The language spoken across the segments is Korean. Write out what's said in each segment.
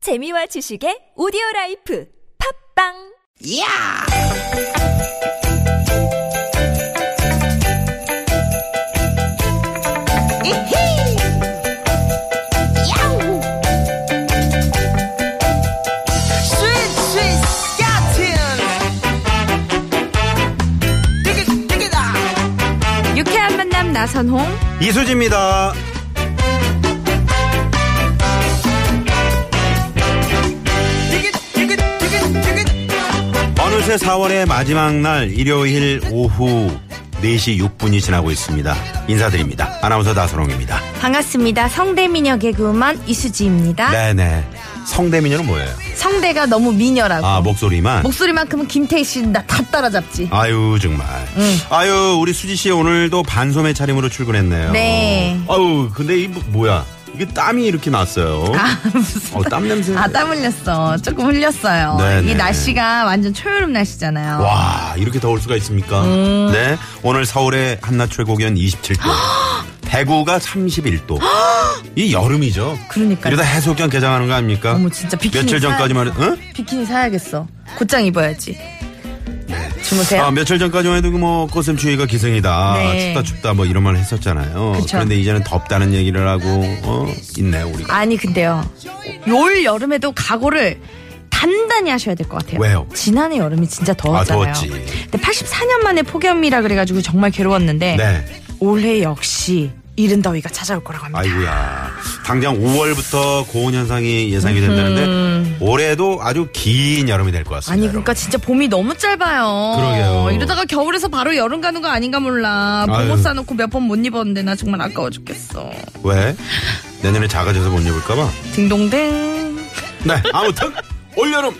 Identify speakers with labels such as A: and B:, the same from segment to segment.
A: 재미와 지식의 오디오 라이프 팝빵
B: 야! 이히! 야우! 스윗, 스윗, 스카틴! 띠깃, 띠깃아!
C: 유쾌한 만남 나선홍.
D: 이수지입니다.
B: 띠깃, 띠깃, 띠깃, 띠깃!
D: 어느새 4월의 마지막 날 일요일 오후 4시 6분이 지나고 있습니다. 인사드립니다. 아나운서 나선홍입니다.
C: 반갑습니다. 성대미녀 개그우먼
A: 아.
C: 이수지입니다.
D: 네네. 성대미녀는 뭐예요?
C: 성대가 너무 미녀라고.
D: 아 목소리만.
C: 목소리만큼은 김태희 씨 나 다 따라잡지.
D: 아유 정말. 아유 우리 수지 씨 오늘도 반소매 차림으로 출근했네요.
C: 네.
D: 아유 근데 이 뭐- 뭐야? 이게 땀이 이렇게 났어요.
C: 아, 무슨.
D: 어, 땀 냄새.
C: 아, 땀 흘렸어. 조금 흘렸어요.
D: 네네.
C: 이 날씨가 완전 초여름 날씨잖아요.
D: 와 이렇게 더울 수가 있습니까?
C: 음.
D: 네 오늘 서울의 한낮 최고 기온 27도, 대구가 31도. 이 여름이죠.
C: 그러니까요.
D: 이러다 해수욕장 개장하는 거 아닙니까?
C: 어머, 진짜 비키니
D: 며칠 전까지만 해도 응?
C: 비키니 사야겠어. 곧장 입어야지. 주무세요.
D: 아, 며칠 전까지만 해도 뭐 꽃샘추위가 기승이다.
C: 네.
D: 춥다 춥다 뭐 이런 말 했었잖아요.
C: 그쵸.
D: 런데 이제는 덥다는 얘기를 하고 어, 있네요 우리. 가
C: 아니 근데요 올 여름에도 각오를 단단히 하셔야 될 것 같아요.
D: 왜요?
C: 지난해 여름이 진짜 더웠잖아요.
D: 아, 더웠지.
C: 근데 84년 만에 폭염이라 그래가지고 정말 괴로웠는데
D: 네.
C: 올해 역시 이른 더위가 찾아올 거라고 합니다.
D: 아이고야. 당장 5월부터 고온 현상이 예상이 된다는데 올해도 아주 긴 여름이 될 것 같습니다.
C: 음. 아니
D: 여러분.
C: 그러니까 진짜 봄이 너무 짧아요.
D: 그러게요.
C: 이러다가 겨울에서 바로 여름 가는 거 아닌가 몰라.
D: 아유.
C: 봄옷 사놓고 몇 번 못 입었는데 나 정말 아까워 죽겠어.
D: 왜? 내년에 작아져서 못 입을까봐?
C: 딩동댕.
D: 네, 아무튼, 올여름!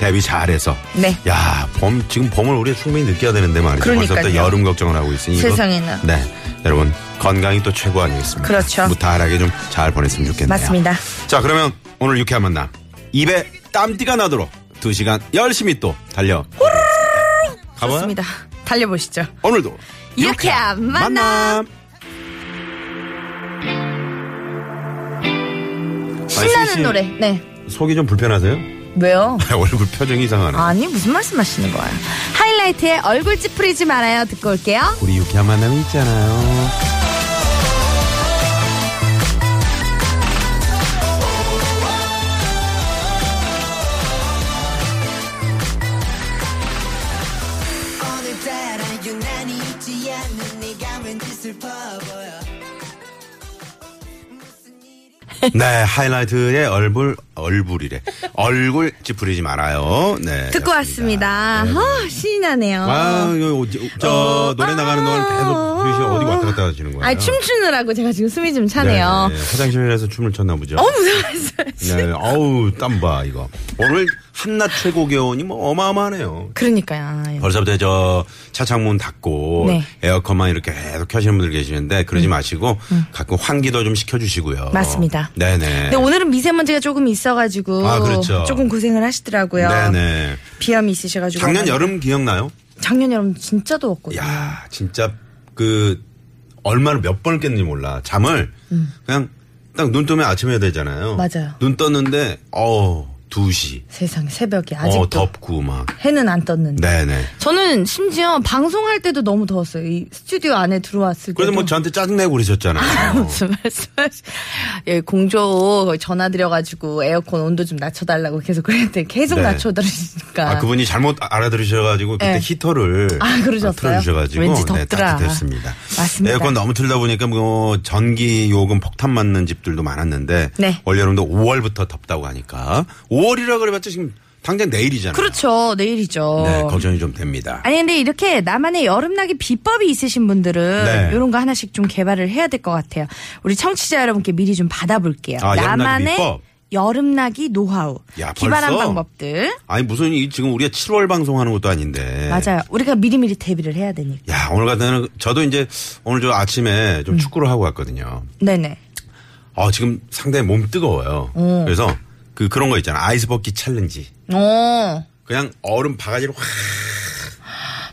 D: 대비 잘해서.
C: 네.
D: 야, 봄, 지금 봄을 우리 충분히 느껴야 되는데 말이죠. 벌써부터
C: 그러니까요.
D: 여름 걱정을 하고 있으니. 이거-
C: 세상에나.
D: 네. 여러분, 건강이 또 최고 아니겠습니까?
C: 그렇죠.
D: 무탈하게 좀 잘 보냈으면 좋겠네요.
C: 맞습니다.
D: 자, 그러면 오늘 유쾌한 만남. 입에 땀띠가 나도록 두 시간 열심히 또 달려. 가봐요.
C: 좋습니다.
D: 어?
C: 달려보시죠.
D: 오늘도.
C: 유쾌한 만남. 신나는
D: 씨.
C: 노래. 네.
D: 속이 좀 불편하세요? 네,
C: 왜요?
D: 얼굴 표정이 이상하네.
C: 아니 무슨 말씀하시는 거예요? 하이라이트의 얼굴 찌푸리지 말아요 듣고 올게요.
D: 우리 유쾌한 만남이 있잖아요.
E: 오늘따라 유난히 잊지 않는 네가 왠지 슬퍼 보여
D: 네, 하이라이트의 얼굴, 얼굴이래. 얼굴 찌푸리지 말아요. 네.
C: 듣고 왔습니다. 아, 신이 나네요.
D: 아, 이거 저, 저 노래 나가는 동안 계속 수희 씨 어디 왔다 갔다 하시는 거예요?
C: 아 춤추느라고 제가 지금 숨이 좀 차네요.
D: 네, 네. 화장실에서 춤을 췄나 보죠.
C: 너무 무서웠어요.
D: 네, 어우, 땀 봐, 이거. 오늘 한낮 최고 기온이 뭐 어마어마하네요.
C: 그러니까요.
D: 벌써부터 저 차창문 닫고
C: 네. 음.
D: 에어컨만 이렇게 계속 켜시는 분들 계시는데 그러지 마시고 가끔 환기도 좀 시켜주시고요.
C: 맞습니다.
D: 네네.
C: 근데 오늘은 미세먼지가 조금 있어가지고
D: 아, 그렇죠.
C: 조금 고생을 하시더라고요.
D: 네네.
C: 비염이 있으셔가지고
D: 작년 여름 기억나요?
C: 작년 여름 진짜 더웠거든요.
D: 야 진짜 그 얼마나 몇 번을 깼는지 몰라. 잠을 그냥 딱 눈 뜨면 아침에 되잖아요.
C: 음. 맞아요.
D: 눈 떴는데 어 2시.
C: 세상에 새벽에
D: 어
C: 아직도
D: 덥고 막.
C: 해는 안 떴는데.
D: 네네.
C: 저는 심지어 방송할 때도 너무 더웠어요. 이 스튜디오 안에 들어왔을 때도. 뭐
D: 그래도 뭐 저한테 짜증내고 그러셨잖아요.
C: 무슨 말씀하시? 예, 공조 전화 드려가지고 에어컨 온도 좀 낮춰달라고 계속 그랬는데 계속
D: 네.
C: 낮춰드리니까.
D: 아, 그분이 잘못 알아들으셔가지고 그때
C: 네.
D: 히터를
C: 아, 그러셨어요?
D: 틀어주셔가지고
C: 왠지
D: 네,
C: 덥더라.
D: 따뜻했습니다.
C: 맞습니다.
D: 에어컨 너무 틀다 보니까 뭐 전기 요금 폭탄 맞는 집들도 많았는데
C: 네.
D: 올 여름도 5월부터 덥다고 하니까 5월이라 그래봤자 지금 당장 내일이잖아요.
C: 그렇죠. 내일이죠.
D: 네, 걱정이 좀 됩니다.
C: 아니 근데 이렇게 나만의 여름나기 비법이 있으신 분들은
D: 네.
C: 이런 거 하나씩 좀 개발을 해야 될 것 같아요. 우리 청취자 여러분께 미리 좀 받아볼게요.
D: 아, 여름나기
C: 나만의
D: 비법?
C: 여름나기 노하우,
D: 야,
C: 기발한
D: 벌써?
C: 방법들.
D: 아니 무슨 이 지금 우리가 7월 방송하는 것도 아닌데.
C: 맞아요. 우리가 미리미리 대비를 해야 되니까.
D: 야 오늘 같은 날은 저도 이제 오늘 저 아침에
C: 음.
D: 좀 축구를 하고 왔거든요.
C: 네네.
D: 어 지금 상당히 몸 뜨거워요. 그래서 그 그런 거 있잖아 아이스 버킷 챌린지.
C: 어,
D: 그냥 얼음 바가지로 확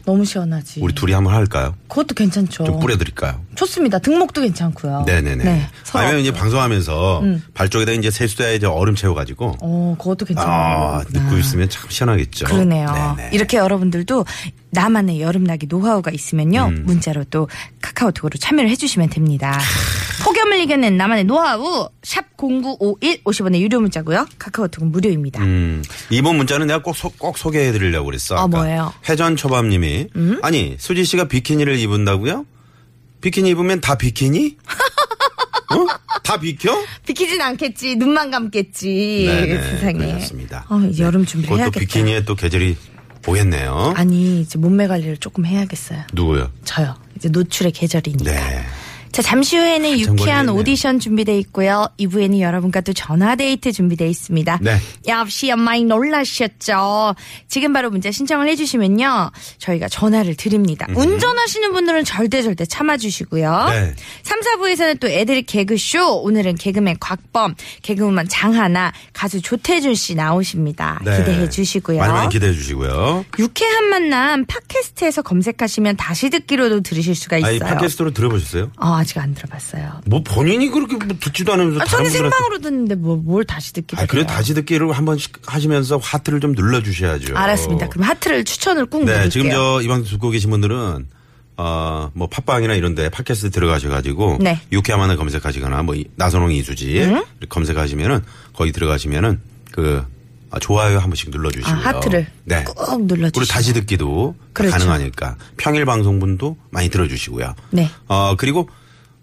C: 너무 시원하지.
D: 우리 둘이 한번 할까요?
C: 그것도 괜찮죠.
D: 좀 뿌려드릴까요?
C: 좋습니다. 등목도 괜찮고요.
D: 네네네.
C: 어. 네, 서로
D: 아니면 이제
C: 없고요.
D: 방송하면서 발쪽에다 이제 세수대에 이제 얼음 채워가지고
C: 어, 그것도 괜찮아요.
D: 아, 듣고 있으면 참 시원하겠죠.
C: 그러네요.
D: 네네.
C: 이렇게 여러분들도 나만의 여름나기 노하우가 있으면요.
D: 음.
C: 문자로 또 카카오톡으로 참여를 해주시면 됩니다. 폭염을 이겨낸 나만의 노하우 샵0951 50원의 유료 문자고요. 카카오톡은 무료입니다.
D: 음, 이번 문자는 내가 꼭, 소, 꼭 소개해드리려고 그랬어.
C: 아,
D: 아까.
C: 뭐예요? 음?
D: 해전초밥님이. 아니, 수지 씨가 비키니를 입은다고요? 비키니 입으면 다 비키니? 어? 다 비켜? 네,
C: 비키진 않겠지. 눈만 감겠지. 예, 세상에.
D: 그렇습니다. 네.
C: 아, 이제 여름 준비를
D: 그것도
C: 해야겠다.
D: 비키니에 또 계절이 오겠네요.
C: 아니 이제 몸매 관리를 조금 해야겠어요.
D: 누구요?
C: 저요. 이제 노출의 계절이니까.
D: 네.
C: 자 잠시
D: 아,
C: 후에는 유쾌한
D: 걸리겠네요.
C: 오디션 준비돼 있고요. 2부에는 여러분과 또 전화 데이트 준비돼 있습니다.
D: 네.
C: 역시 엄마이 놀라셨죠. 지금 바로 문자 신청을 해주시면요. 저희가 전화를 드립니다. 운전하시는 분들은 절대 절대 참아주시고요.
D: 음. 네.
C: 3, 4부에서는 또 애들 개그쇼. 오늘은 개그맨 곽범, 개그우먼 장하나, 가수 조태준 씨 나오십니다.
D: 네.
C: 기대해 주시고요.
D: 많이 많이 기대해 주시고요.
C: 유쾌한 만남 팟캐스트에서 검색하시면 다시 듣기로도 들으실 수가
D: 아,
C: 있어요.
D: 이 팟캐스트로 들어보셨어요?
C: 어, 아직 안 들어봤어요.
D: 뭐 본인이 그렇게 뭐 듣지도 않으면서
C: 아,
D: 다른
C: 저는
D: 분들한테.
C: 생방으로 듣는데 뭐, 뭘 다시 듣기로
D: 아, 그래
C: 해요.
D: 다시 듣기를 한번 하시면서 하트를 좀 눌러주셔야죠.
C: 알았습니다. 그럼 하트를 추천을 꾹
D: 네,
C: 누를게요.
D: 지금 저 이 방송 듣고 계신 분들은 어, 뭐 팟빵이나 이런데 팟캐스트 들어가셔가지고
C: 네. 음?
D: 유쾌한만을 검색하시거나 뭐 이- 나선홍 이수지 이렇게 검색하시면은 거기 들어가시면은 그 아, 좋아요 한 번씩 눌러주시고요.
C: 아, 하트를
D: 네.
C: 꾹 눌러주시고.
D: 우리 다시 듣기도 다
C: 그렇죠.
D: 가능하니까 평일 방송분도 많이 들어주시고요.
C: 네.
D: 어 그리고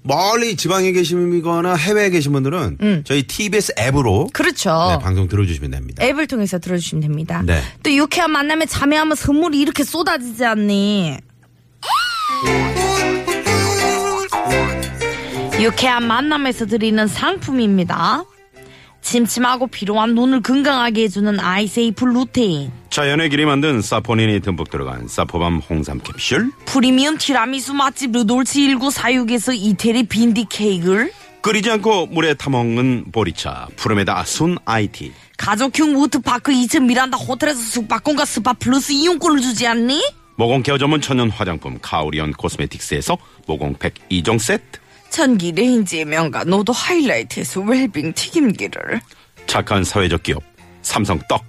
D: 멀리 지방에 계시거나 해외에 계신 분들은 저희 TBS 앱으로
C: 음. 그렇죠.
D: 네, 방송 들어주시면 됩니다.
C: 앱을 통해서 들어주시면 됩니다.
D: 네.
C: 또 유쾌한 만남에 참여하면 선물이 이렇게 쏟아지지 않니? 유쾌한 만남에서 드리는 상품입니다. 침침하고 피로한 눈을 건강하게 해주는 아이세이프 루테인.
D: 자연의 길이 만든 사포닌이 듬뿍 들어간 사포밤 홍삼 캡슐.
C: 프리미엄 티라미수 맛집 르돌치 1946에서 이태리 빈디 케이크를
D: 끓이지 않고 물에 타먹는 보리차 푸르메다 순 아이티
C: 가족형 워터파크 2층 미란다 호텔에서 숙박권과 스파 플러스 이용권을 주지 않니?
D: 모공 케어 전문 천연 화장품 카오리언 코스메틱스에서 모공팩 2종 세트
C: 전기 레인지의 명가 노도 하이라이트에서 웰빙 튀김기를
D: 착한 사회적 기업 삼성 떡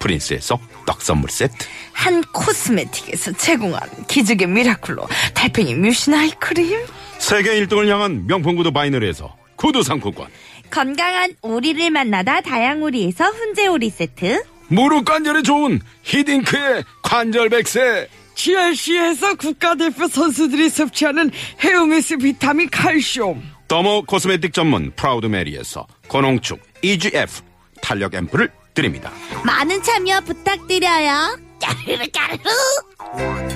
D: 프린스에서 떡 선물 세트
C: 한 코스메틱에서 제공한 기적의 미라클로 달팽이 뮤신 아이크림
D: 세계 1등을 향한 명품 구두 바이너리에서 구두 상품권
C: 건강한 오리를 만나다 다양오리에서 훈제오리 세트
D: 무릎 관절에 좋은 히딩크의 관절 백세
F: GRC에서 국가대표 선수들이 섭취하는 헤어메스 비타민 칼슘
D: 더모 코스메틱 전문 프라우드 메리에서 고농축 EGF 탄력 앰플을 드립니다
A: 많은 참여 부탁드려요. 까르르 까르르.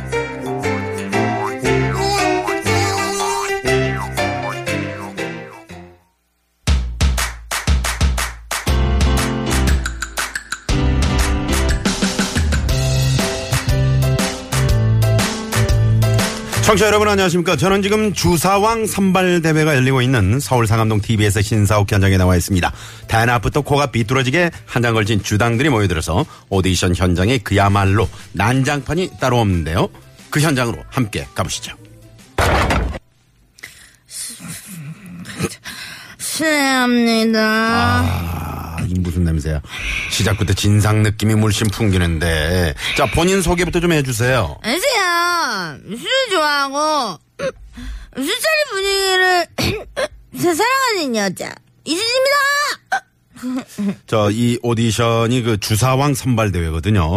D: 청취자 여러분 안녕하십니까. 저는 지금 주사왕 선발 대회가 열리고 있는 서울 상암동 TBS 신사옥 현장에 나와 있습니다. 대낮 앞부터 코가 비뚤어지게 한장 걸친 주당들이 모여들어서 오디션 현장에 그야말로 난장판이 따로 없는데요. 그 현장으로 함께 가보시죠.
C: 실례합니다
D: 아, 이 무슨 냄새야. 시작부터 진상 느낌이 물씬 풍기는데. 자, 본인 소개부터 좀 해주세요.
A: 안녕하세요. 술 좋아하고 음, 술자리 분위기를 음, 제 사랑하는 여자 이수지입니다.
D: 저, 이 오디션이 그 주사왕 선발 대회거든요.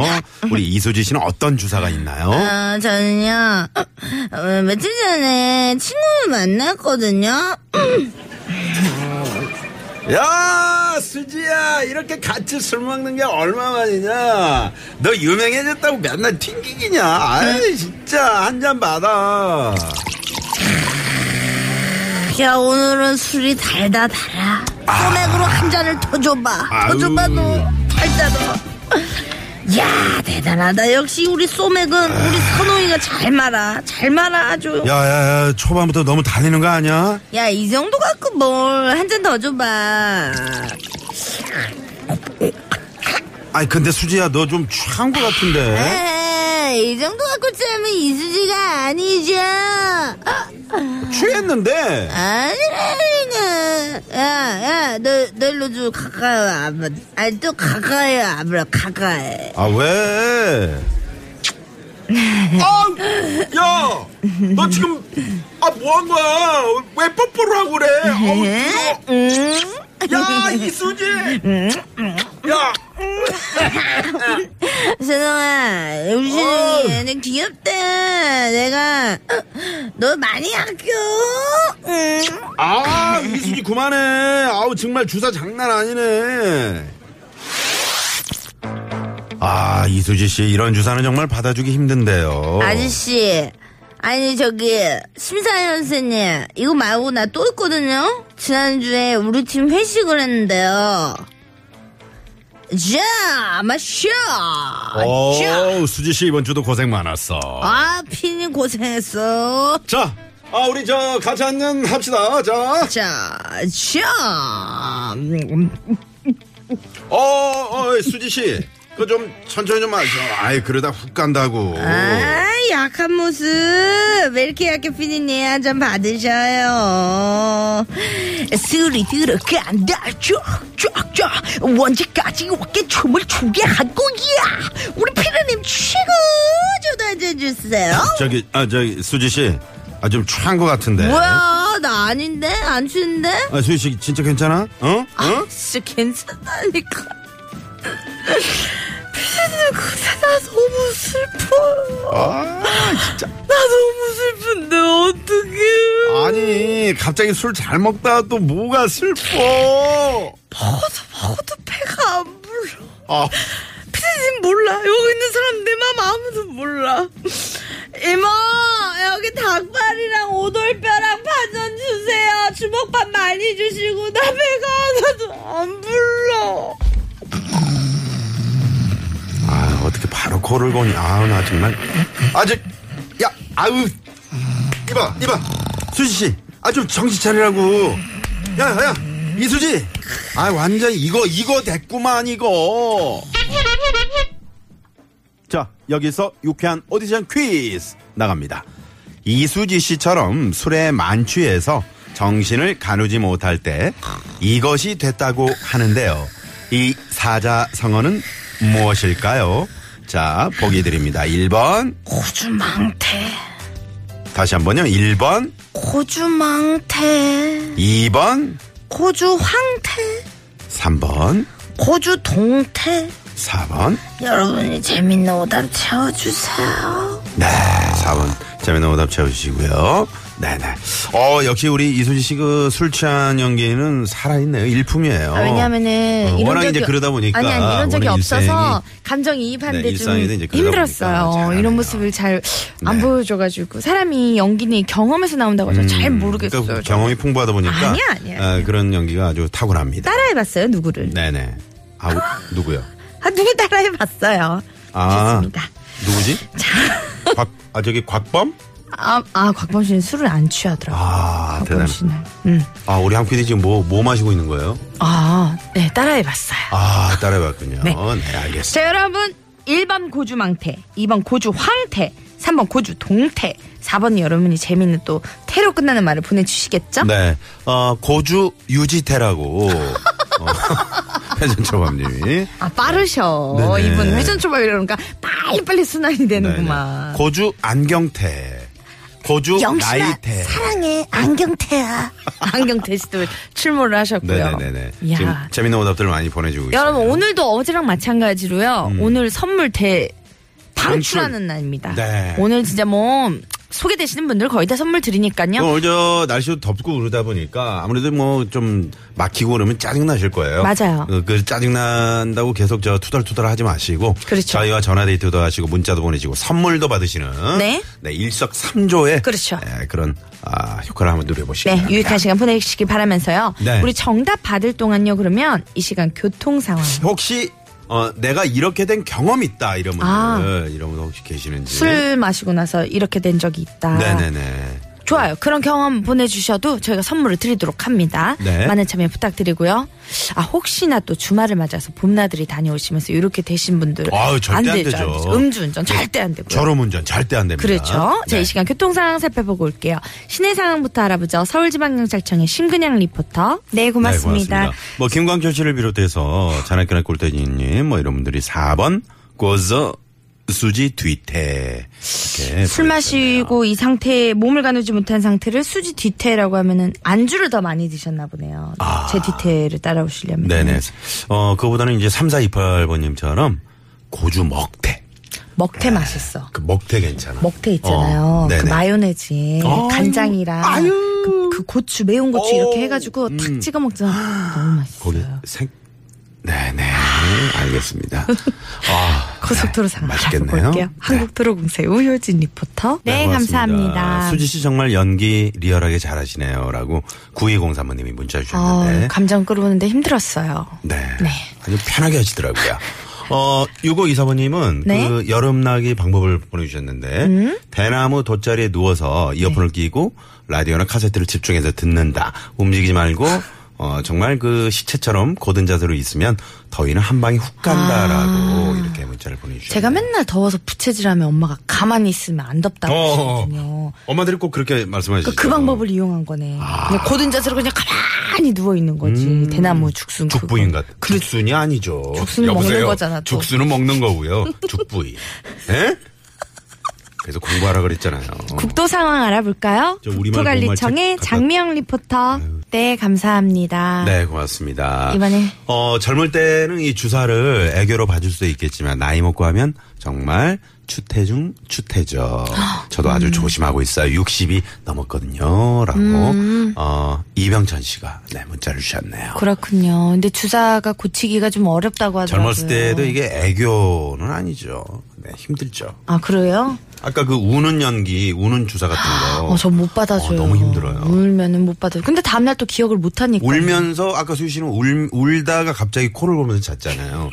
D: 우리 이수지 씨는 어떤 주사가 있나요?
A: 어, 저는요 어, 며칠 전에 친구를 만났거든요.
D: 야 수지야 이렇게 같이 술 먹는 게 얼마만이냐 너 유명해졌다고 맨날 튕기기냐 아이 진짜 한 잔 받아
A: 야 오늘은 술이 달다 달아. 소맥으로 한 잔을 더 줘봐. 더
D: 아유.
A: 줘봐 너 달다 너. 야 대단하다 역시 우리 소맥은 우리 선호이가 잘 말아 잘 말아 아주
D: 야야야 초반부터 너무 달리는 거 아니야
A: 야 이 정도 갖고 뭘 한 잔 더 줘봐
D: 아니 근데 수지야 너 좀 취한 거 같은데
A: 에이 이 정도 갖고 짜면 이수지가 아니죠
D: 취했는데
G: 아니라니까. 야, 야, 너, 너로 좀 가까이 와. 아마. 아니, 또 가까이 와. 아무라, 가까이.
D: 아 왜? 아, 야, 너 지금 아 뭐 한 거야? 왜 뽀뽀를 하고 그래? 어우, 이거. 야, 이수지, 야,
G: 세상아,
D: 어.
G: 우진이 얘는 귀엽대. 내가, 너 많이 아껴. 응.
D: 아, 이수지 그만해. 아우 정말 주사 장난 아니네. 아, 이수지 씨 이런 주사는 정말 받아주기 힘든데요.
G: 아저씨, 아니, 저기, 심사위원 선생님, 이거 말고 나 또 있거든요? 지난주에 우리 팀 회식을 했는데요. 자, 마셔!
D: 어.
G: 자!
D: 오, 수지 씨 이번 주도 고생 많았어.
G: 아, 피님 고생했어.
D: 자, 아 우리 저 같이 한잔 합시다. 자.
G: 자, 자. 음,
D: 어, 어, 수지 씨. 그 좀 천천히 좀 하죠. 아이, 그러다 훅 간다고.
G: 아, 약한 모습. 왜 이렇게 약해, 피디님? 한 잔 받으셔요. 술이 들어게 안 돼. 쫙쫙쫙. 언제까지 어깨 춤을 추게 한 거야? 우리 피디님 최고! 저도 한 잔 주세요.
D: 저기, 아, 저기, 수지 씨. 아, 좀 취한 것 같은데.
G: 뭐야, 나 아닌데? 안 추는데?
D: 아, 수지 씨, 진짜 괜찮아? 어? 어?
G: 진짜 괜찮다니까. 피디님, 근데 나 너무 슬퍼요.
D: 아,
G: 나 너무 슬픈데, 어떡해.
D: 아니, 갑자기 술 잘 먹다가 또 뭐가 슬퍼.
G: 먹어도 배가 안 불러.
D: 아,
G: 피디님 몰라. 여기 있는 사람 내 맘 아무도 몰라. 이모, 여기 닭발이랑 오돌뼈랑 파전 주세요. 주먹밥 많이 주시고, 나 배가 하나도 안 불러.
D: 아, 어떻게 바로 코를 거니. 아우, 나 정말. 아, 저, 야, 아우. 이봐, 이봐. 수지 씨. 아, 좀 정신 차리라고. 야, 야, 이수지. 아, 완전 이거, 이거 됐구만, 이거. 자, 여기서 유쾌한 오디션 퀴즈 나갑니다. 이수지 씨처럼 술에 만취해서 정신을 가누지 못할 때 이것이 됐다고 하는데요. 이 사자성어는 무엇일까요? 자, 보기 드립니다. 1번,
G: 고주망태,
D: 다시 한 번요. 1번,
G: 고주망태,
D: 2번,
G: 고주황태,
D: 3번,
G: 고주동태.
D: 4번.
G: 여러분이 재밌는 오답 채워주세요.
D: 네, 4번. 재미난 오답 채워주시고요. 네네. 어, 역시 우리 이수지 씨 그 술 취한 연기는 살아있네요. 일품이에요.
C: 아, 왜냐면은
D: 어,
C: 이런
D: 워낙
C: 적이
D: 이제 그러다 보니까
C: 아니 아니 이런 적이
D: 워낙
C: 없어서
D: 일생이
C: 감정
D: 네,
C: 이입하는데 좀
D: 일상에도 이제 그러다 보니까
C: 힘들었어요.
D: 잘하네요.
C: 이런 모습을 잘 안
D: 네.
C: 보여줘가지고 사람이 연기는 경험에서 나온다고 하죠. 잘
D: 음,
C: 모르겠어요.
D: 그러니까
C: 저는.
D: 경험이 풍부하다 보니까
C: 아니야, 아니야,
D: 아, 그런 연기가 아주 탁월합니다.
C: 따라해봤어요 누구를?
D: 네네. 아우 누구요?
C: 아 누구 따라해봤어요?
D: 아
C: 좋습니다.
D: 누구지? 곽, 아 저기 곽범?
C: 아, 아 곽범 씨는 술을 안 취하더라고. 요
D: 아 대단.
C: 곽범 씨는. 음.
D: 아 우리 한 PD 지금 뭐 뭐 마시고 있는 거예요?
C: 아, 네 따라해봤어요.
D: 아 따라해봤군요. 네, 알겠습니다.
C: 자 여러분 1번 고주망태 2번 고주황태 3번 고주동태 4번 여러분이 재밌는 또 태로 끝나는 말을 보내주시겠죠?
D: 네, 어, 고주 유지태라고 어, 회전초밥님이 네,
C: 아 빠르셔
D: 네네.
C: 이분 회전초밥 이러니까 빨리빨리 순환이 되는구만
D: 네네. 고주 안경태, 고주
C: 영신아,
D: 나이태.
G: 사랑해, 안경태야.
C: 안경태 씨도 출몰을 하셨고요
D: 네네네네.
C: 이야.
D: 지금 재밌는 오답들 많이 보내주고 있어요.
C: 여러분 오늘도 어제랑 마찬가지로요
D: 음.
C: 오늘 선물 대 방출하는 날입니다
D: 네.
C: 오늘 진짜 뭐 소개되시는 분들 거의 다 선물 드리니까요
D: 오늘 저뭐 날씨도 덥고 그러다 보니까 아무래도 뭐 좀 막히고 그러면 짜증 나실 거예요.
C: 맞아요.
D: 그, 그 짜증 난다고 계속 저 투덜투덜 하지 마시고
C: 그렇죠.
D: 저희와 전화 데이트도 하시고 문자도 보내시고 선물도 받으시는
C: 네.
D: 일석삼조의
C: 그렇죠.
D: 네, 그런 아, 효과를 한번 누려보시기
C: 네,
D: 바랍니다.
C: 유익한 시간 보내시길 바라면서요.
D: 네.
C: 우리 정답 받을 동안요, 그러면 이 시간 교통 상황.
D: 혹시 어, 내가 이렇게 된 경험 있다 이런 분들
C: 아.
D: 이런 분 혹시 계시는지
C: 술 마시고 나서 이렇게 된 적이 있다.
D: 네네네.
C: 좋아요. 그런 경험 보내주셔도 저희가 선물을 드리도록 합니다.
D: 네.
C: 많은 참여 부탁드리고요. 아, 혹시나 또 주말을 맞아서 봄나들이 다녀오시면서 이렇게 되신 분들.
D: 아유, 절대 안
C: 되죠,
D: 되죠.
C: 되죠. 음주운전 절대 안 되고요.
D: 졸음운전 절대 안 됩니다.
C: 그렇죠. 자,
D: 네.
C: 이 시간 교통 상황 살펴보고 올게요. 시내 상황부터 알아보죠. 서울지방경찰청의 신근양 리포터.
A: 네,
D: 네,
A: 고맙습니다.
D: 뭐 김광철 씨를 비롯해서 자나깨나 꼴대지님 뭐 이런 분들이 4번 고저 수지 뒤태 이렇게
C: 술 마시고 이 상태에 몸을 가누지 못한 상태를 수지 뒤태라고 하면은 안주를 더 많이 드셨나 보네요. 제 뒤태를 따라오시려면.
D: 네네. 어 그거보다는 이제 3428번님처럼 고주 먹태.
C: 먹태 맛있어.
D: 그 먹태 괜찮아.
C: 먹태 있잖아요.
D: 어,
C: 그
D: 네네. 어.
C: 마요네즈에 간장이랑 그, 그 고추 매운 고추 이렇게 해가지고 탁 찍어 먹잖아. 너무 맛있어.
D: 음. 거기 생. 네네. 알겠습니다. 아,
C: 고속도로
D: 네,
C: 상황
D: 맛있겠네요.
C: 알아볼게요.
D: 네.
C: 한국도로공사의 우효진 리포터.
D: 네, 고맙습니다. 수지 씨 정말 연기 리얼하게 잘하시네요라고 9203번님이 문자
C: 어,
D: 주셨는데.
C: 감정 끌어오는데 힘들었어요.
D: 네. 아주 편하게 하시더라고요. 어, 6524번님은
C: 네. 음?
D: 그 여름나기 방법을 보내주셨는데, 대나무 돗자리에 누워서 이어폰을
C: 네.
D: 끼고 라디오나 카세트를 집중해서 듣는다. 움직이지 말고, 어, 정말 그 시체처럼 고든 자세로 있으면 더위는 한 방에 훅 간다라고 이렇게 문자를 보내주셨어요.
C: 아. 제가 맨날 더워서 부채질하면 엄마가 가만히 있으면 안 덥다고 하시거든요.
D: 어, 엄마들이 꼭 그렇게 말씀하시죠.
C: 그러니까 그 방법을 이용한 거네.
D: 아.
C: 그냥 고든 자세로 그냥 가만히 누워 있는 거지. 대나무 죽순. 그거.
D: 음. 죽부인 같. 죽순이 아니죠.
C: 죽순은 먹는 거잖아, 또.
D: 죽순은 먹는 거고요. 죽부인. 예? 그래서 공부하라 그랬잖아요.
C: 국도 상황 알아볼까요?
D: 저 우리말
C: 국토관리청의
D: 정말 책
C: 장미영 리포터. 네, 감사합니다.
D: 네, 고맙습니다.
C: 이번에.
D: 어, 젊을 때는 이 주사를 애교로 봐줄 수도 있겠지만 나이 먹고 하면 정말 추태 중 추태죠. 저도 아주
C: 음.
D: 조심하고 있어요. 60이 넘었거든요. 라고 어, 이병천 씨가 네, 문자를 주셨네요.
C: 음. 그렇군요. 근데 주사가 고치기가 좀 어렵다고 하더라고요.
D: 젊었을 때도 이게 애교는 아니죠. 네, 힘들죠.
C: 아, 그래요?
D: 아까 그 우는 연기, 우는 주사 같은 거.
C: 어, 전 못 받아줘요. 음.
D: 어, 너무 힘들어요.
C: 울면은 못 받아요. 근데 다음날 또 기억을 못 하니까.
D: 울면서 아까 수희 씨는 울, 울다가 갑자기 코를 골면서 잤잖아요.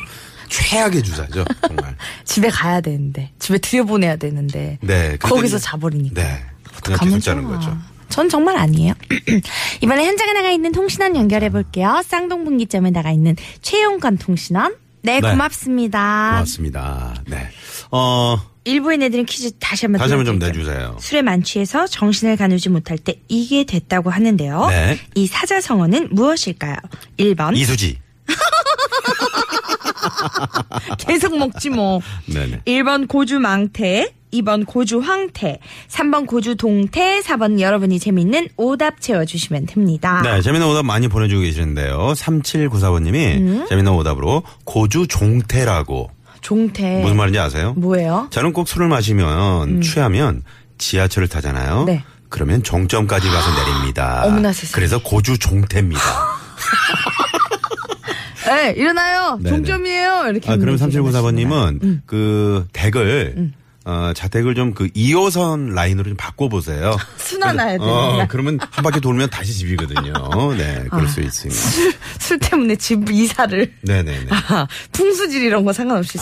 D: 최악의 주사죠, 정말.
C: 집에 가야 되는데. 집에 들여보내야 되는데.
D: 네.
C: 거기서
D: 그랬더니-
C: 자버리니까.
D: 네. 그냥 계속 자는 거죠.
C: 전 정말 아니에요. 이번에 현장에 나가 있는 통신원 연결해 볼게요. 쌍동 분기점에 나가 있는 최용관 통신원. 네,
D: 네.
C: 고맙습니다.
D: 고맙습니다. 네. 어,
C: 일부에 내드린 퀴즈 다시 한번
D: 다시 한번 좀
C: 네, 들려드릴게요.
D: 내주세요.
C: 술에 만취해서 정신을 가누지 못할 때 이게 됐다고 하는데요.
D: 네.
C: 이 사자성어는 무엇일까요? 1번
D: 이수지.
C: 계속 먹지 뭐.
D: 네네.
C: 1번 고주 망태, 2번 고주 황태, 3번 고주 동태, 4번 여러분이 재밌는 오답 채워주시면 됩니다.
D: 네, 재밌는 오답 많이 보내주고 계시는데요. 3794번님이
C: 음.
D: 재밌는 오답으로 고주 종태라고.
C: 종태.
D: 무슨 말인지 아세요?
C: 뭐예요?
D: 저는 꼭 술을 마시면 취하면 지하철을 타잖아요.
C: 음. 네. 아,
D: 그러면 종점까지 가서 내립니다.
C: 어머나 세상에. 아,
D: 그래서 고주 종태입니다.
C: 네, 일어나요.
D: 네네.
C: 종점이에요. 이렇게. 음.
D: 아, 그럼
C: 하면 되게
D: 3794번님은 그 댁을 어, 자택을 좀 그 2호선 라인으로 좀 바꿔보세요.
C: 순환해야
D: 그래서- 어,
C: 되는구나.
D: 그러면 한 바퀴 돌면 다시 집이거든요. 네,
C: 아.
D: 그럴 수 있습니다.
C: 맛있습니다. 술 때문에 집 이사를.
D: 네네네.
C: 아, 풍수질 이런 거 상관없이
D: 아,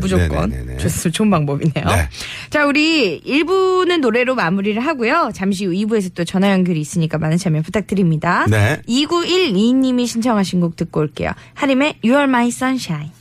D: 괜찮아요.
C: 무조건
D: 네네네네.
C: 좋, 좋은 방법이네요.
D: 네.
C: 자, 우리 1부는 노래로 마무리를 하고요. 잠시 후 2부에서 또 전화 연결이 있으니까 많은 참여 부탁드립니다.
D: 네.
C: 2912님이 신청하신 곡 듣고 올게요. 하림의 You Are My Sunshine.